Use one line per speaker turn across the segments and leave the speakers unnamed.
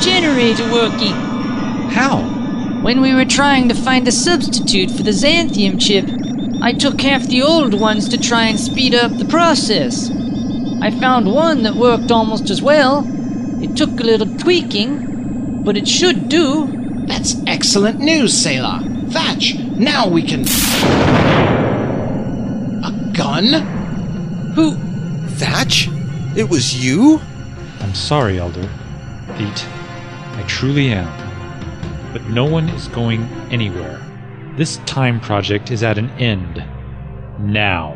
generator working.
How?
When we were trying to find a substitute for the Xanthium chip, I took half the old ones to try and speed up the process. I found one that worked almost as well. It took a little tweaking, but it should do.
That's excellent news, Sailor. Thatch, now we can. A gun?
Who?
Thatch? It was you?
I'm sorry, Elder. Pete. I truly am. But no one is going anywhere. This time project is at an end. Now.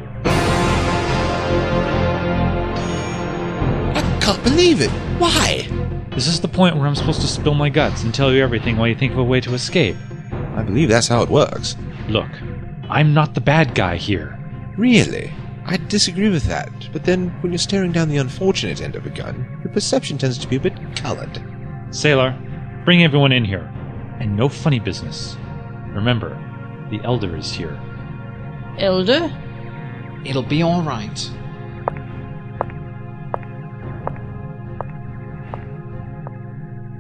I can't believe it. Why?
This is the point where I'm supposed to spill my guts and tell you everything while you think of a way to escape.
I believe that's how it works.
Look, I'm not the bad guy here.
Really? I disagree with that, but then when you're staring down the unfortunate end of a gun, your perception tends to be a bit colored.
Sailor, bring everyone in here. And no funny business. Remember, the Elder is here.
Elder?
It'll be alright.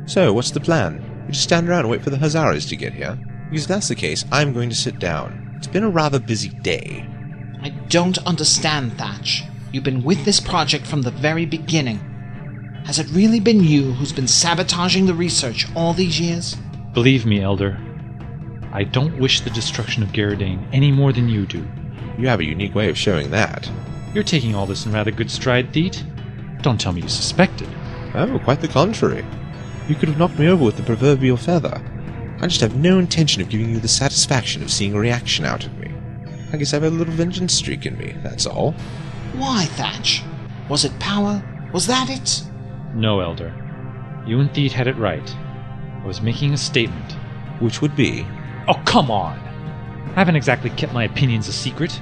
So, what's the plan? We just stand around and wait for the Hazaras to get here? Because if that's the case, I'm going to sit down. It's been a rather busy day.
I don't understand, Thatch. You've been with this project from the very beginning. Has it really been you who's been sabotaging the research all these years?
Believe me, Elder, I don't wish the destruction of Garadane any more than you do.
You have a unique way of showing that.
You're taking all this in rather good stride, Deet. Don't tell me you suspected.
Oh, quite the contrary. You could have knocked me over with the proverbial feather. I just have no intention of giving you the satisfaction of seeing a reaction out of me. I guess I have a little vengeance streak in me, that's all.
Why, Thatch? Was it power? Was that it?
No, Elder. You and Theet had it right. I was making a statement.
Which would be.
Oh, come on! I haven't exactly kept my opinions a secret.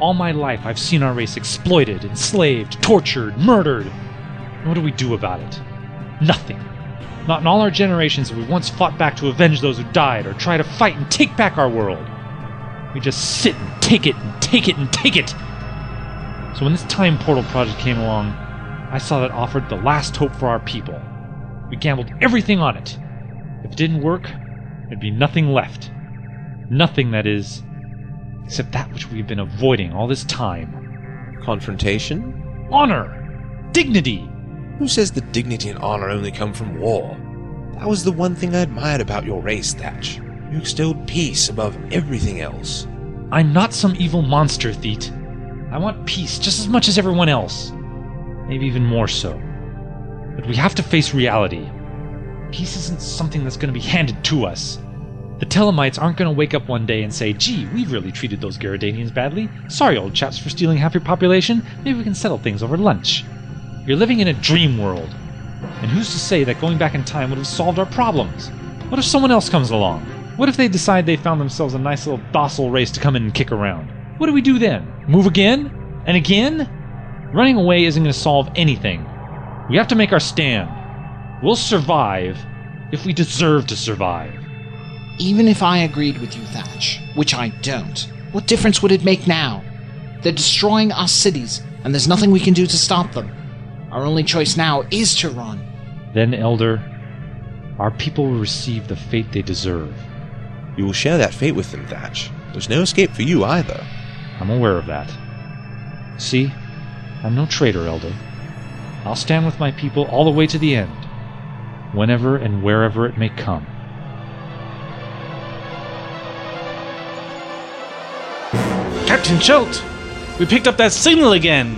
All my life, I've seen our race exploited, enslaved, tortured, murdered. And what do we do about it? Nothing. Not in all our generations have we once fought back to avenge those who died or try to fight and take back our world. We just sit and take it and take it and take it. So when this time portal project came along, I saw that offered the last hope for our people. We gambled everything on it. If it didn't work, there'd be nothing left. Nothing, that is, except that which we've been avoiding all this time
Confrontation?
honor, dignity.
Who says that dignity and honor only come from war? That was the one thing I admired about your race, Thatch. You extolled peace above everything else.
I'm not some evil monster, Theet. I want peace just as much as everyone else. Maybe even more so. But we have to face reality. Peace isn't something that's going to be handed to us. The Telemites aren't going to wake up one day and say, gee, we really treated those Garadanians badly. Sorry, old chaps, for stealing half your population. Maybe we can settle things over lunch. You're living in a dream world. And who's to say that going back in time would have solved our problems? What if someone else comes along? What if they decide they found themselves a nice little docile race to come in and kick around? What do we do then? Move again? And again? Running away isn't going to solve anything. We have to make our stand. We'll survive if we deserve to survive.
Even if I agreed with you, Thatch, which I don't, what difference would it make now? They're destroying our cities, and there's nothing we can do to stop them. Our only choice now is to run.
Then, Elder, our people will receive the fate they deserve.
You will share that fate with them, Thatch. There's no escape for you either.
I'm aware of that. See, I'm no traitor, Elder. I'll stand with my people all the way to the end, whenever and wherever it may come.
Captain Schultz! We picked up that signal again!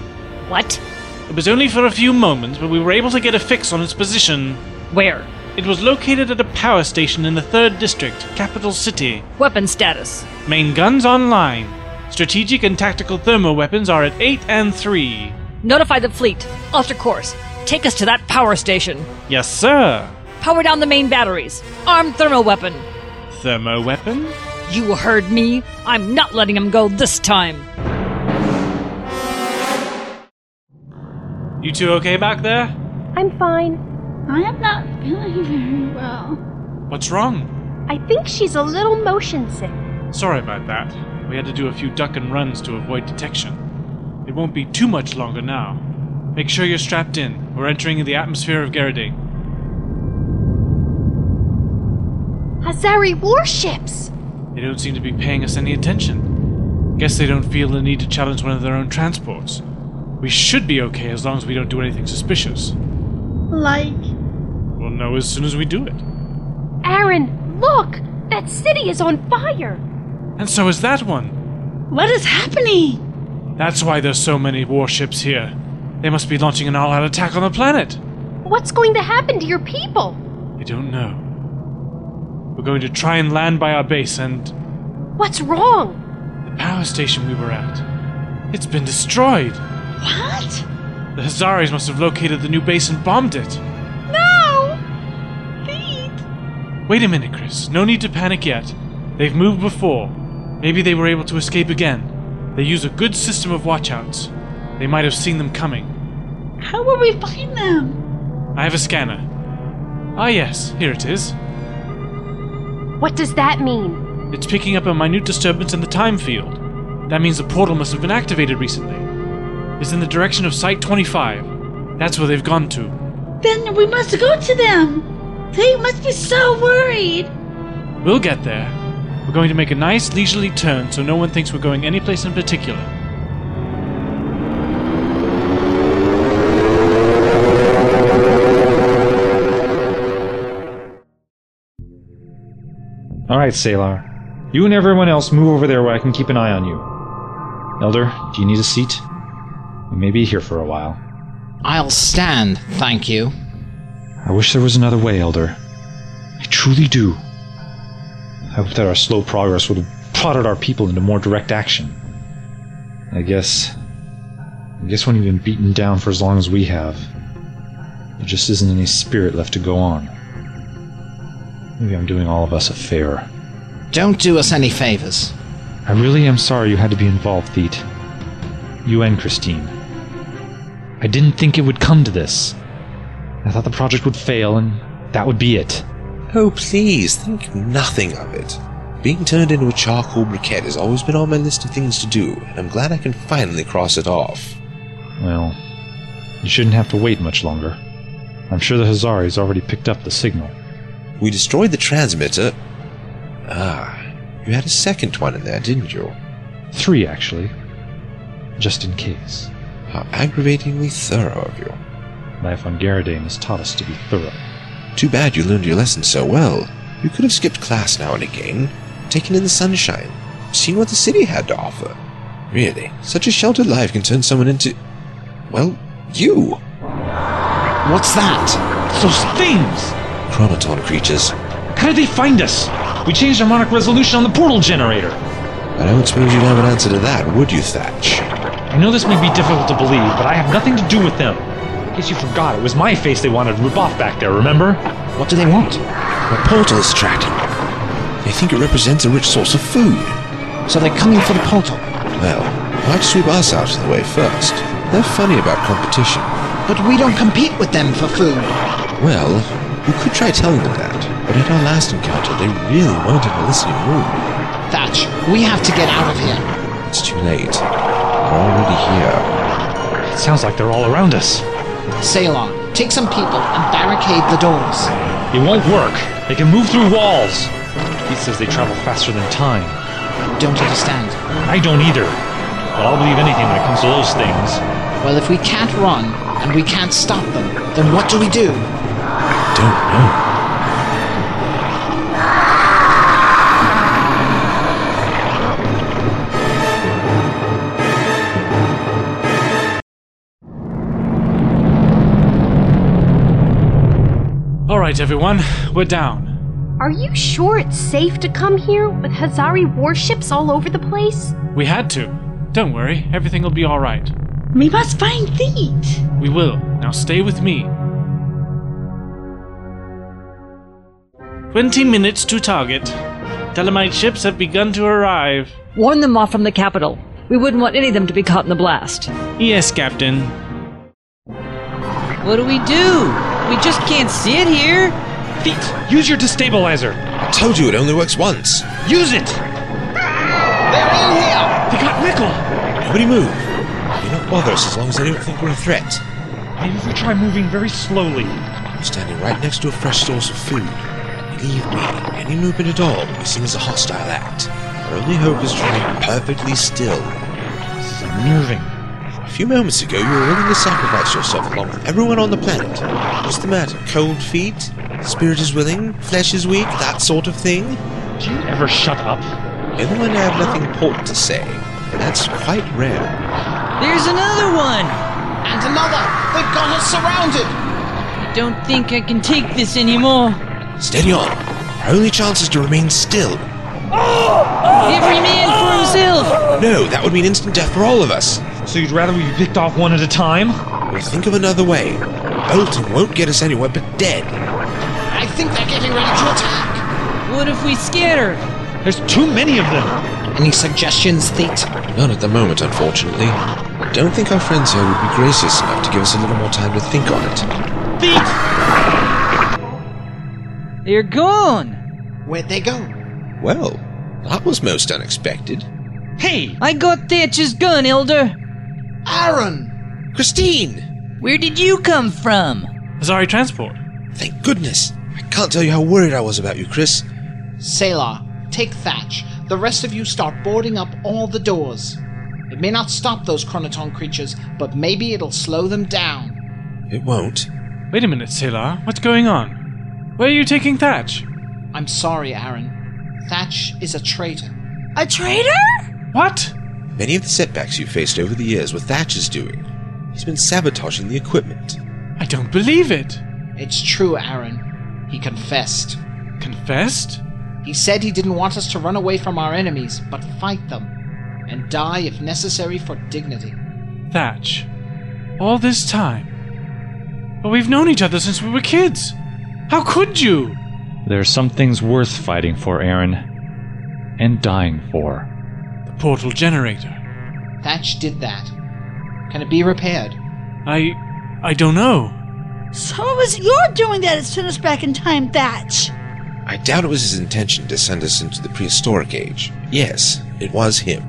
What?
It was only for a few moments, but we were able to get a fix on its position.
Where?
It was located at a power station in the 3rd District, capital city.
Weapon status.
Main guns online. Strategic and tactical thermo weapons are at 8 and 3.
Notify the fleet. Alter course. Take us to that power station.
Yes, sir.
Power down the main batteries. Armed thermal weapon.
Thermo weapon?
You heard me. I'm not letting him go this time.
You two okay back there?
I'm fine.
I am not feeling very well.
What's wrong?
I think she's a little motion sick.
Sorry about that. We had to do a few duck and runs to avoid detection. It won't be too much longer now. Make sure you're strapped in. We're entering the atmosphere of Garadine.
Azari warships!
They don't seem to be paying us any attention. Guess they don't feel the need to challenge one of their own transports. We should be okay as long as we don't do anything suspicious.
Like,
We'll know as soon as we do it.
Aaron, look! That city is on fire!
And so is that one.
what is happening?
That's why there's so many warships here. They must be launching an all-out attack on the planet.
What's going to happen to your people?
I don't know. We're going to try and land by our base and
What's wrong?
the power station we were at. It's been destroyed.
What?
The Hazaris must have located the new base and bombed it.
No! Pete!
Wait a minute, Chris. No need to panic yet. They've moved before. Maybe they were able to escape again. They use a good system of watchouts. They might have seen them coming.
How will we find them?
I have a scanner. Ah, yes, here it is.
What does that mean?
It's picking up a minute disturbance in the time field. That means the portal must have been activated recently. It's in the direction of Site 25. That's where they've gone to.
Then we must go to them! They must be so worried!
We'll get there. We're going to make a nice leisurely turn so no one thinks we're going anyplace in particular.
All right, Salar. You and everyone else move over there where I can keep an eye on you. Elder, do you need a seat? We may be here for a while.
I'll stand, thank you.
I wish there was another way, Elder. I truly do. I hope that our slow progress would have prodded our people into more direct action. I guess. I guess when you've been beaten down for as long as we have, there just isn't any spirit left to go on. Maybe I'm doing all of us a favor.
Don't do us any favors.
I really am sorry you had to be involved, Theet. You and Christine. I didn't think it would come to this. I thought the project would fail, and that would be it.
Oh, please, think nothing of it. Being turned into a charcoal briquette has always been on my list of things to do, and I'm glad I can finally cross it off.
Well, you shouldn't have to wait much longer. I'm sure the Hazari's already picked up the signal.
We destroyed the transmitter. Ah, you had a second one in there, didn't you?
Three, actually. Just in case.
How aggravatingly thorough of you.
Life on Garadane has taught us to be thorough.
Too bad you learned your lesson so well. You could have skipped class now and again, taken in the sunshine, seen what the city had to offer. Really, such a sheltered life can turn someone into. well, you!
What's that?
Those things!
Chronoton creatures.
How did they find us? We changed harmonic resolution on the portal generator!
I don't suppose you'd have an answer to that, would you, Thatch?
I know this may be difficult to believe, but I have nothing to do with them. In case you forgot, it was my face they wanted to rip off back there, remember?
What do they want?
My portal is tracking. They think it represents a rich source of food.
So they're coming for the portal.
Well, why'd sweep us out of the way first? They're funny about competition.
But we don't compete with them for food.
Well, we could try telling them that, but at our last encounter, they really weren't in a listening mood.
Thatch, we have to get out of here.
It's too late. They're already here.
It sounds like they're all around us.
Ceylon, take some people and barricade the doors.
It won't work. They can move through walls. He says they travel faster than time.
Don't understand.
I don't either. But I'll believe anything when it comes to those things.
Well, if we can't run and we can't stop them, then what do we do?
Don't know.
Alright, everyone, we're down.
Are you sure it's safe to come here with Hazari warships all over the place?
We had to. Don't worry, everything will be alright.
We must find Theet!
We will. Now stay with me. 20 minutes to target. Telemite ships have begun to arrive.
Warn them off from the capital. We wouldn't want any of them to be caught in the blast.
Yes, Captain.
What do we do? We just can't sit here.
Feet, use your destabilizer.
I told you it only works once.
Use it.
They're
They got Mickle.
Nobody move. They don't bother us as long as they don't think we're a threat.
Maybe if we try moving very slowly.
We're standing right next to a fresh source of food. Believe me, any movement at all would be seen as a hostile act. Our only hope is to remain perfectly still.
This is unnerving.
A few moments ago, you were willing to sacrifice yourself along with everyone on the planet. What's the matter? Cold feet? Spirit is willing? Flesh is weak? That sort of thing?
Do you ever shut up?
And when I have nothing important to say, and that's quite rare.
There's another one!
And another! They've got us surrounded!
I don't think I can take this anymore.
Steady on. Our only chance is to remain still.
Every man for himself!
No, that would mean instant death for all of us.
So you'd rather we be picked off one at a time?
We'll think of another way. Bolting won't get us anywhere but dead.
I think they're getting ready to attack!
What if we scatter?
There's too many of them.
Any suggestions, Theet?
Not at the moment, unfortunately. I don't think our friends here would be gracious enough to give us a little more time to think on it.
They're gone!
Where'd they go?
Well, that was most unexpected.
Hey,
I got Thatcher's gun, Elder!
Aaron!
Christine!
Where did you come from?
Azari transport.
Thank goodness. I can't tell you how worried I was about you, Chris.
Sailor, take Thatch. The rest of you start boarding up all the doors. It may not stop those Chronoton creatures, but maybe it'll slow them down.
It won't.
Wait a minute, Sailor. What's going on? Where are you taking Thatch?
I'm sorry, Aaron. Thatch is a traitor.
A traitor?
What?
Many of the setbacks you faced over the years were Thatcher's doing. He's been sabotaging the equipment.
I don't believe it.
It's true, Aaron. He confessed.
Confessed?
He said he didn't want us to run away from our enemies, but fight them, and die if necessary for dignity.
Thatch. All this time. But we've known each other since we were kids. How could you?
There are some things worth fighting for, Aaron. And dying for.
The portal generator.
Thatch did that. Can it be repaired?
I. I don't know.
So it was your doing that that sent us back in time, Thatch.
I doubt it was his intention to send us into the prehistoric age. Yes, it was him.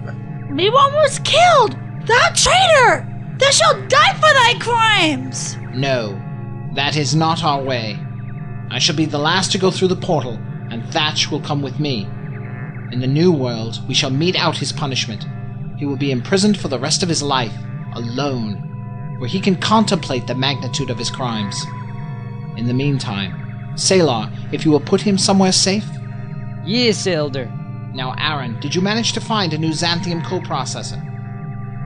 Me one was killed. Thou traitor! Thou shalt die for thy crimes.
No, that is not our way. I shall be the last to go through the portal, and Thatch will come with me. In the new world, we shall mete out his punishment. He will be imprisoned for the rest of his life, alone, where he can contemplate the magnitude of his crimes. In the meantime, Salar, if you will put him somewhere safe.
Yes, Elder.
Now, Aaron, did you manage to find a new Xanthium coprocessor?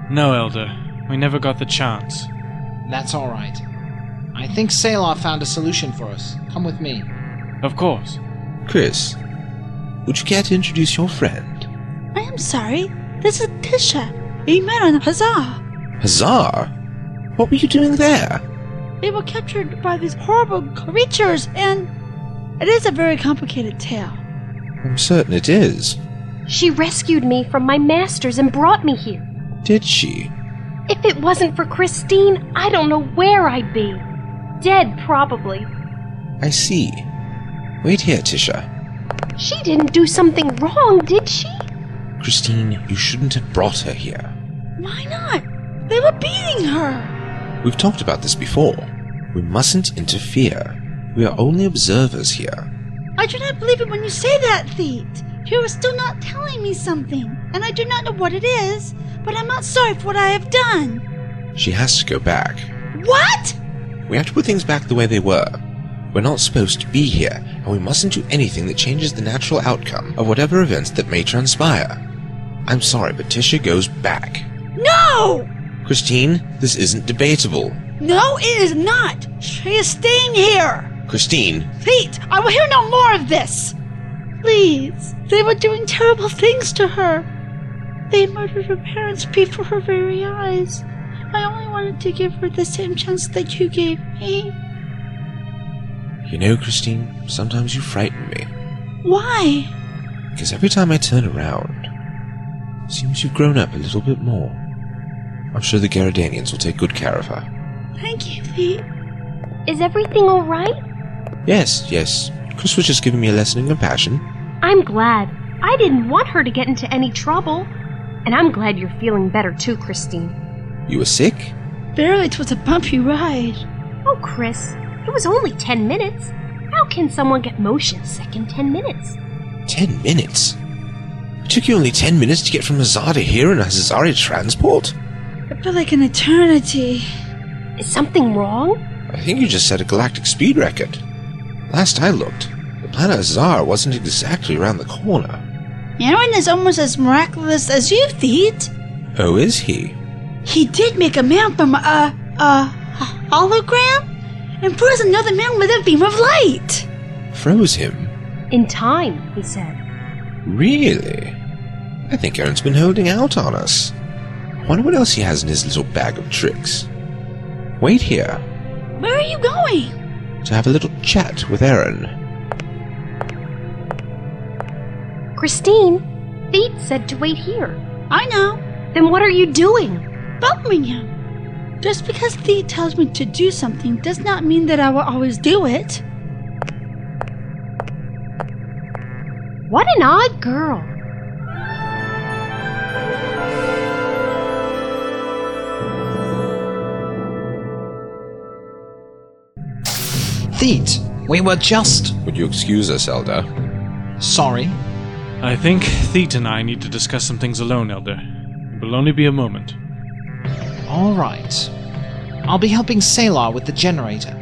No, Elder. We never got the chance.
That's all right. I think Salar found a solution for us. Come with me.
Of course.
Chris, would you care to introduce your friend?
I am sorry. This is Tisha. We met on the bazaar.
Huzzah! What were you doing there?
We were captured by these horrible creatures, and it is a very complicated tale.
I'm certain it is.
She rescued me from my masters and brought me here.
Did she?
If it wasn't for Christine, I don't know where I'd be. Dead, probably.
I see. Wait here, Tisha.
She didn't do something wrong, did she?
Christine, you shouldn't have brought her here.
Why not? They were beating her.
We've talked about this before. We mustn't interfere. We are only observers here.
I do not believe it when you say that, Theet. You are still not telling me something, and I do not know what it is, but I'm not sorry for what I have done.
She has to go back.
What?
We have to put things back the way they were. We're not supposed to be here, and we mustn't do anything that changes the natural outcome of whatever events that may transpire. I'm sorry, but Tisha goes back.
No!
Christine, this isn't debatable.
No, it is not. She is staying here.
Christine,
Pete, I will hear no more of this. Please, they were doing terrible things to her. They murdered her parents before her very eyes. I only wanted to give her the same chance that you gave me.
you know, Christine, sometimes you frighten me.
Why?
Because every time I turn around, it seems you've grown up a little bit more. I'm sure the Garadanians will take good care of her.
Thank you, Pete.
Is everything all right?
Yes, yes. Chris was just giving me a lesson in compassion.
I'm glad. I didn't want her to get into any trouble. And I'm glad you're feeling better too, Christine.
You were sick?
Barely, it was a bumpy ride.
Oh, Chris, it was only ten minutes. How can someone get motion sick in 10 minutes?
Ten minutes? It took you only ten minutes to get from Hazar to here in a Hazari transport?
It felt like an eternity.
Is something wrong?
I think you just set a galactic speed record. Last I looked, the planet Hazar wasn't exactly around the corner.
Aaron is almost as miraculous as you, Theet.
Oh, is he?
He did make a man from a, a hologram and froze another man with a beam of light.
Froze him?
In time, he said.
Really? I think Aaron's been holding out on us. Wonder what else he has in his little bag of tricks. Wait here
Where are you going?
to have a little chat with Aaron.
Christine, Feet said to wait here.
I know,
Then what are you doing?
Birmingham. Just because Theet tells me to do something does not mean that I will always do it.
What an odd girl.
Theet, we were just.
Would you excuse us, Elder?
Sorry.
I think Theet and I need to discuss some things alone, Elder. It will only be a moment.
Alright. I'll be helping Salar with the generator.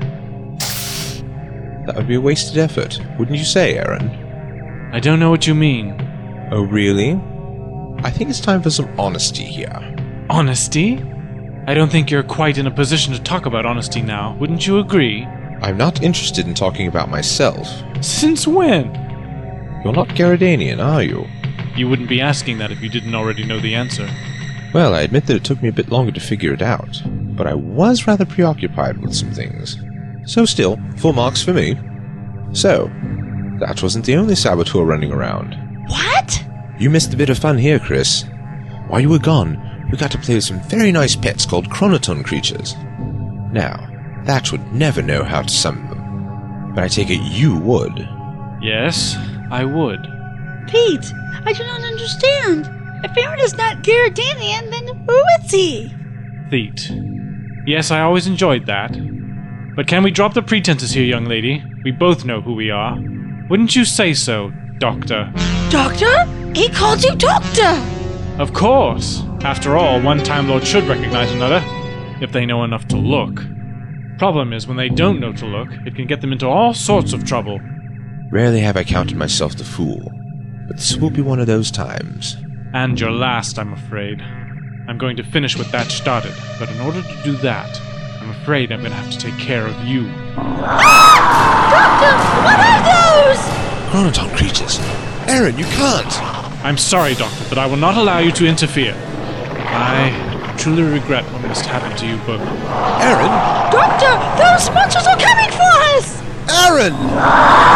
That would be a wasted effort, wouldn't you say, Aaron?
I don't know what you mean.
Oh, really? I think it's time for some honesty here.
Honesty? I don't think you're quite in a position to talk about honesty now, wouldn't you agree?
I'm not interested in talking about myself.
Since when?
You're not Garadanian, are you?
You wouldn't be asking that if you didn't already know the answer.
Well, I admit that it took me a bit longer to figure it out, but I was rather preoccupied with some things. So, still, full marks for me. So, that wasn't the only saboteur running around.
What?
You missed a bit of fun here, Chris. While you were gone, we got to play with some very nice pets called chronoton creatures. Now, that would never know how to summon them. But I take it you would.
Yes, I would.
Pete, I do not understand. If Aaron is not Garadanian, then who is he?
Theet. Yes, I always enjoyed that. But can we drop the pretenses here, young lady? We both know who we are. Wouldn't you say so, Doctor?
Doctor? He called you Doctor!
Of course! After all, one Time Lord should recognize another, if they know enough to look. Problem is, when they don't know to look, it can get them into all sorts of trouble.
Rarely have I counted myself the fool, but this will be one of those times.
And your last, I'm afraid. I'm going to finish what that started, but in order to do that, I'm afraid I'm going to have to take care of you.
Doctor, what are those?
Chronoton creatures! Aaron, you can't!
I'm sorry, Doctor, but I will not allow you to interfere. I truly regret what must happen to you both.
Aaron!
Doctor, those monsters are coming for us!
Aaron!